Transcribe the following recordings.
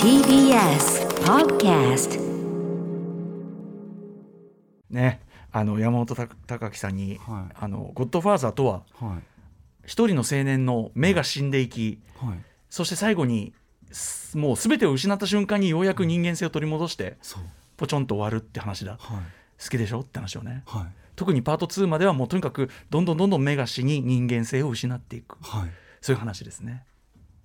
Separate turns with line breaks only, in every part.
TBS Podcast
ね、あの山本隆隆さんに、
はい
あの「ゴッドファーザー」とは
はい
一人の青年の目が死んでいき、
はい
そして最後にすもう全てを失った瞬間にようやく人間性を取り戻して
そう
ポチョンと終わるって話だ好
はい
きでしょって話をね
はい
特にパート2まではもうとにかくどんどんどんどん目が死に人間性を失っていく
はい
そういう話ですね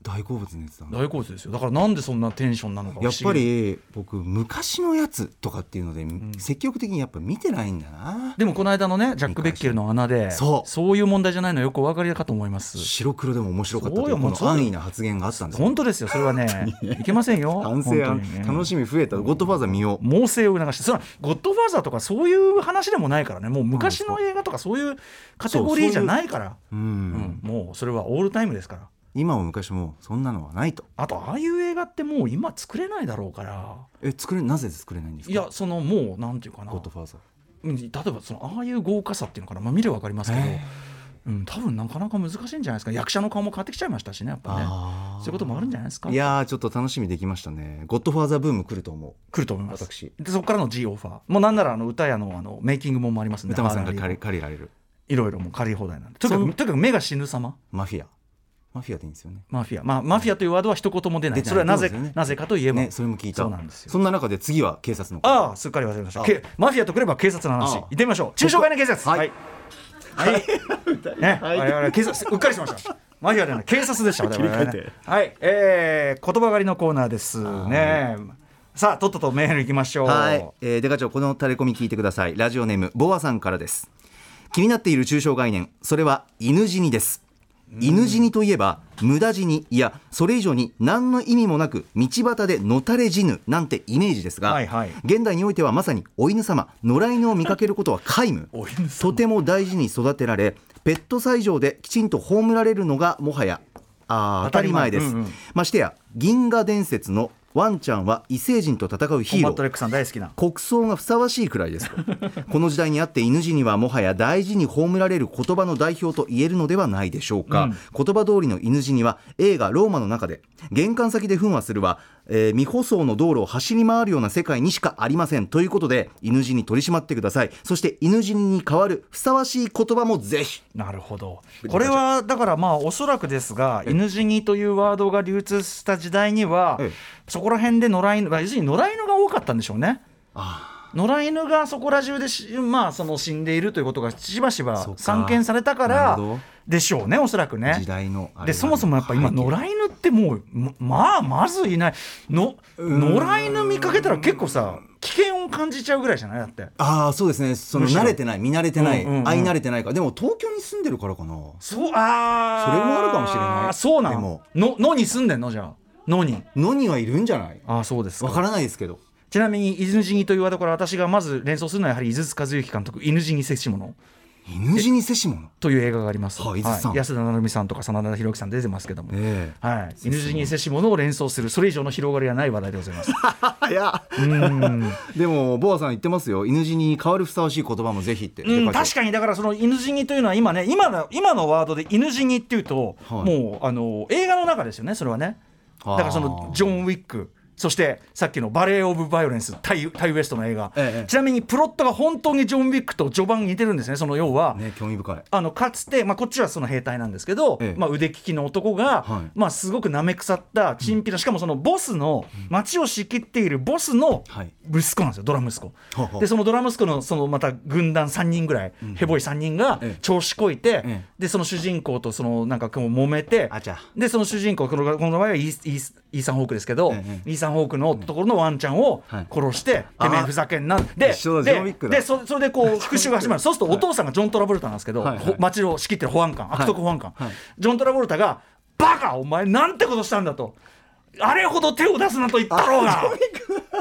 大好物のやつだな
大好物ですよだからなんでそんなテンションなのか不
や
思
っ
議
ぱり僕昔のやつとかっていうので積極的にやっぱ見てないんだな、
でもこの間のねジャック・ベッケルの穴で
そう
いう問題じゃないのよくお分かりかと思います
白黒でも面白かったと
そう
い
よ
うこ
もうそう
の安易な発言があったんですよ
本当ですよそれは ねいけませんよ
反省
本
案
当にね
楽しみ増えたゴッドファーザー見よう
猛省を促してそれはゴッドファーザーとかそういう話でもないからねもう昔の映画とかそういうカテゴリーじゃないから
うん、
うんもうそれはオールタイムですから
今も昔もそんなのはないと
あとああいう映画ってもう今作れないだろうから
え作れなぜ作れないんですか
いやそのもうなんていうかな
ゴッドファーザー
うん例えばそのああいう豪華さっていうのかな、まあ、見れば分かりますけど
へ、
うん、多分なかなか難しいんじゃないですか役者の顔も変わってきちゃいましたしねやっぱね
あー
そういうこともあるんじゃないですか
いやーちょっと楽しみできましたねゴッドファーザーブーム来ると思
来ると思います
私
でそこからの G オファーもうなんならあの歌屋のあのメイキングももありますんで
う歌間さんが
R&D
借り借りられる
いろいろもう借り放題なんでとに
そ
か
う
くとにかく目が死ぬ様
マフィアマフィアでいいんですよね
マフィア、まあ、マフィアというワードは一言も出ない
出ない
それはなぜ
そうですよね
なぜかといえば、
ねそれも聞いた
そうなんですよ
そんな中で次は警察の方
ああすっかり忘れてましたけマフィアとくれば警察の話
ああ
行ってみましょう中小概念警察
はい
はい、はいね、我々警察うっかりしましたマフィアではない警察でした我々はね
切り替え
はいえー、言葉狩りのコーナーですねさあとっととメール行きましょう
はい、えー、デカ長このタレコミ聞いてくださいラジオネームボアさんからです気になっている抽象概念それは犬死にです犬死にといえば無駄死にいやそれ以上に何の意味もなく道端でのたれ死ぬなんてイメージですが、
はいはい
現代においてはまさにお犬様野良犬を見かけることは皆無
お犬様
とても大事に育てられペット斎場できちんと葬られるのがもはやあー当たり前です、
当たり前うんうん
ましてや銀河伝説のワンちゃんは異星人と戦うヒー
コマ
ロ
ット
ー
レックさん大好きな
国葬がふさわしいくらいです とこの時代にあって犬死にはもはや大事に葬られる言葉の代表と言えるのではないでしょうか、言葉通りの犬死には映画「ローマ」の中で玄関先で糞はするは、えー未舗装の道路を走り回るような世界にしかありませんということで犬死に取り締まってくださいそして犬死にに代わるふさわしい言葉もぜひ
なるほどこれはだからまあおそらくですが犬死にというワードが流通した時代には
ええ
そこら辺で野良犬まあ要するに野良犬が多かったんでしょうね野良犬がそこら中でし、まあ、その死んでいるということがしばしば
そうか
散見されたか
なる
ら
ほど
でしょうねおそらくね
時代のあれが
でそもそもやっぱ今
背
野
景
良犬ってもうままあまずいないの野良犬見かけたら結構さ危険を感じちゃうぐらいじゃないだって
ああそうですねその
むしろ
慣れてない見慣れてない、
うんうんうん
会い慣れてないからでも東京に住んでるからかな
そうあー
それもあるかもしれない
そうな
で
の
も
の野に住んでんのじゃあ野に
野にはいるんじゃない
ああそうです
わからないですけど
ちなみに犬死にというワードから私がまず連想するのはやはり井筒和幸監督犬死に接し物
犬死にせし者
という映画があります、
はい井筒さん
安田成美さんとか真田広之さん出てますけども、
え
はい、犬死に接し物を連想するそれ以上の広がりはない話題でございます
えいや
うん
でもボアさん言ってますよ犬死に代わるふさわしい言葉もぜひって、
うん、
でかい
確かにだからその犬死にというのは今ね今の今のワードで犬死にっていうと、
はい
もうあの映画の中ですよねそれはね
あ
だ
ー
からそのジョン・ウィックそしてさっきの「バレー・オブ・バイオレンス」タイタイウエストの映画、
ええ
ちなみにプロットが本当にジョン・ウィックと序盤似てるんですねその要は、
ね興味深い
あのかつて、まあ、こっちはその兵隊なんですけど、
ええ
まあ、腕利きの男が、
はい
まあ、すごくなめ腐ったチンピラ、しかもそのボスの町を仕切っているボスの
はい
息子なんですよドラ息子
ほうほう
でそのドラ息子のそのまた軍団3人ぐらい、ヘボい3人が
ええ
調子こいて、
ええ
でその主人公とそのなんかこう揉めて
あちゃ
でその主人公このこの場合はイースイースイーサン・ホークですけど、
ええ
イーサン・ホークのところのワンちゃんを
はい
殺して、
あ
てめえふざけんなで
一緒だジョンウィッ
で
クだ
でそそれでこう復讐が始まるそうするとお父さんがジョン・トラボルタなんですけど、
はいはい
ほ町を仕切ってる保安官悪徳保安官、
はいはい
ジョン・トラボルタが「バカお前なんてことしたんだ」と。あれほど手を出すなと言ったろうが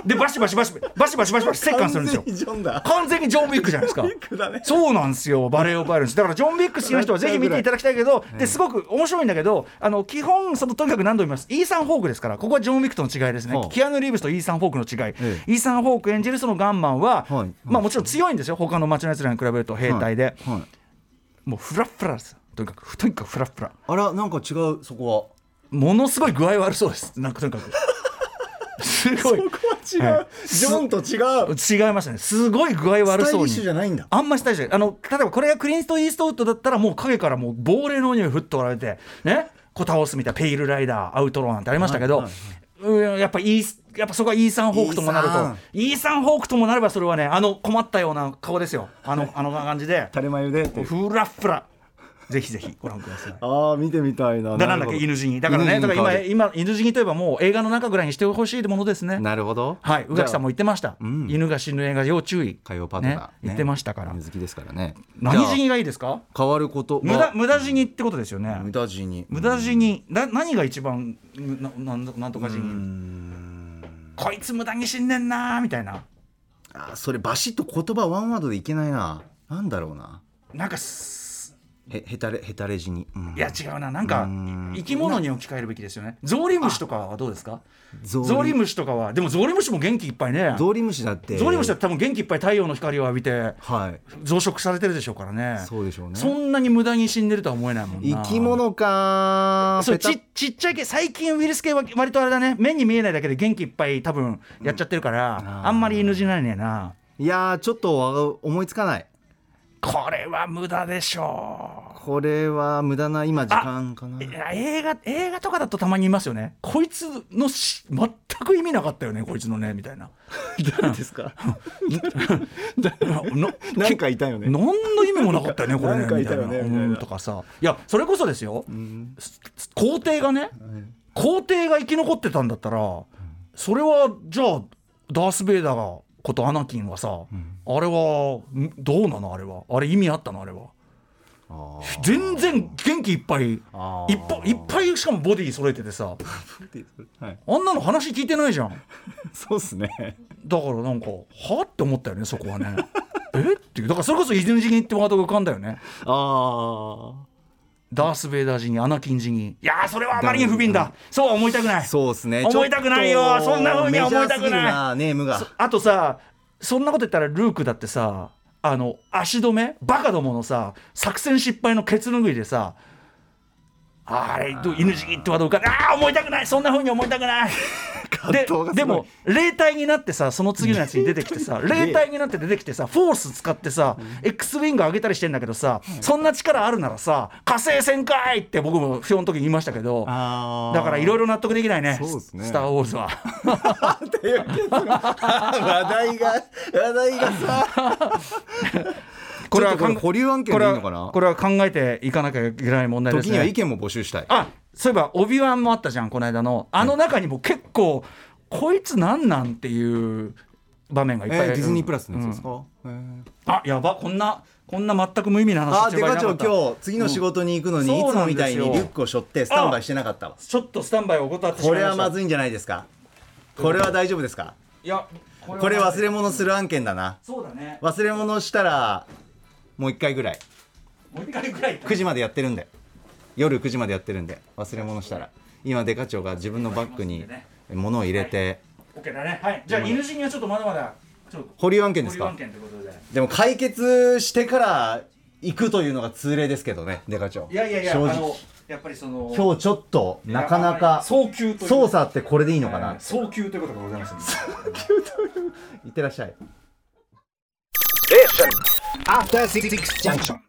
でバシバシバシバシバシバシバシ折檻
完
するんですよ
全にジョンだ
完全にジョン・ウィックじゃないですか
ックだね。
そうなんですよ、バレエオブ・バイオレンス。だから、ジョン・ウィック好きな人はぜひ見ていただきたいけど、ですごく面白いんだけど、あの基本、そのとにかく何度も言います、イーサン・ホークですから、ここはジョン・ウィックとの違いですね
は、あ
キアヌ・リーブスとイーサン・ホークの違い、
え
イーサン・ホーク演じるそのガンマンは、
はい
まあ、もちろん強いんですよ、他の町のやつらに比べると、兵隊で、
はい、
もうフラッフラです、とにかく、とにかくフラッフラ。
あらなんか違うそこ
ものすごい具合悪そうですなんかとにかく すごい
違
は
ジョンと違う
違いましたねすごい具合悪
スタ
そ
イ
う
リッ
に
シュじゃないんだ
あんまりスタイリッシュじゃないあの例えばこれがクリンスト・イーストウッドだったらもう影からもう亡霊の匂いふっとおられてねこう倒すみたいなペイルライダーアウトローなんてありましたけど、
はいは
うんやっぱイースやっぱそこはイーサン・ホークともなると
イーサン
イーサン・ホークともなればそれはねあの困ったような顔ですよあのあの感じで
垂れ眉で
こうふらふらぜひぜひご覧くだ さい。
ああ見てみたいな
だなんだっけ犬死にだからねだから
今
今今犬死にといえばもう映画の中ぐらいにしてほしいものですね
なるほど
はい宇垣さんも言ってました、
ん
犬が死ぬ映画要注意
火曜パートナー、
ね言ってましたから
犬好きですからね
何死
じゃ
にがいいですか
あ変わること
無駄無駄死にってことですよね
無駄死に
無駄死にな何が一番ななんなんとか死にこいつ無駄に死んでんなーみたいな
あーそれバシッと言葉ワンワードでいけないななんだろうな
なんかす
へへたれへたれ死に、うん
いや違うななんか
うん
生き物に置き換えるべきですよねゾウリムシとかはどうですか
ゾ
ゾウリムシとかはでもゾウリムシも元気いっぱいね
ゾウリムシだって
ゾウリムシだって多分元気いっぱい太陽の光を浴びて
はい
増殖されてるでしょうからね
そうでしょうね
そんなに無駄に死んでるとは思えないもんな
生き物かー
そう
ペタ
ちちっちゃい系最近ウイルス系は割とあれだね目に見えないだけで元気いっぱい多分やっちゃってるから、
んあー
あんまり犬じないねえない
やーちょっと思いつかない
これは無駄でしょ
これは無駄な今時間かな
ういや映画映画とかだとたまにいますよねこいつのし全く意味なかったよねこいつのねみたい な
誰ですか
の
なんかいたよね
何の意味もなかったよねこれね
なんか
み
い
た
た
いな
よねみたいな
うんとかさいやそれこそですよ、すす皇帝がね、皇帝が生き残ってたんだったら、それはじゃあダース・ベイダーがことアナキンはさ、あれはんどうなのあれはあれ意味あったのあれは
あ
全然元気いっぱいいっ
あ
ぱいいっぱいしかもボディ揃えててさ
ー はい、
あんなの話聞いてないじゃん
そうっすね
だからなんかはって思ったよねそこは ねえっていうだからそれこそ犬死にってワードが浮かんだよね
あ
ダース・ベイダー死にアナキン死にいやーそれはあまりに不憫だそうは思いたくない
あそうっすね
思いたくないよ
ちょっと
そんな風には思いたくない
メジャーすぎるなネームが
あとさそんなこと言ったらルークだってさあの足止めバカどものさ作戦失敗のケツ拭いでさあれどう犬死にってワード浮かんでああ思いたくないそんな風に思いたく ないで
藤がすごい
でも霊体になってさその次のやつに出てきて さ霊体になって出てきてさフォース使ってさ、X ウィング上げたりしてんだけどさ、そんな力あるならさ火星戦かいって僕も表の時に言いましたけどだ
あ
から いろいろ納得できないね
そうですね
スター・ウォーズ は
っていう結論話題が話題がさ
これは
ちょっとこれ保留案件でいいのか
これは
な
これは考えていかなきゃいけない問題です
時
ね
には意見も募集したい
あそういえばオビワンもあったじゃんこの間のあの中にも結構、こいつなんなんっていう場面がいっ
え
ぱい、
ーディズニープラスのやつ
うん
ですか、へー
あやばこんなこんな全く無意味な話
あ
して
ーデ
る場合
カ
じゃ
長
なかった
今日次の仕事に行くのに、
うん
いつもみたいに
そう
リ
なんで
ュ
すよ
ックを背負ってスタンバイしてなかったわ
ちょっとスタンバイを怠ってし
こ
まい
れ
ま
は
した
まずいんじゃないですかこれは大丈夫ですか
いや
これ
は
忘れ物する案件だな
そうだね
忘れ物したらもう一回ぐらい
もう一回ぐらい
9時までやってるんで夜9時までやってるんで忘れ物したら今デカ長が自分のバッグに物を入れて
OK だねはいじゃあ犬死にはちょっとまだまだちょっと
保留案件で
保
す
留
か
案件ということで
でも解決してから行くというのが通例ですけどねデカ長
いやいやいやあ
正
の
直
やっぱりその
今日ちょっとなかなか
早急という
操作ってこれでいいのかな、
早急ということがございますね
いってらっしゃい
After Six Junction.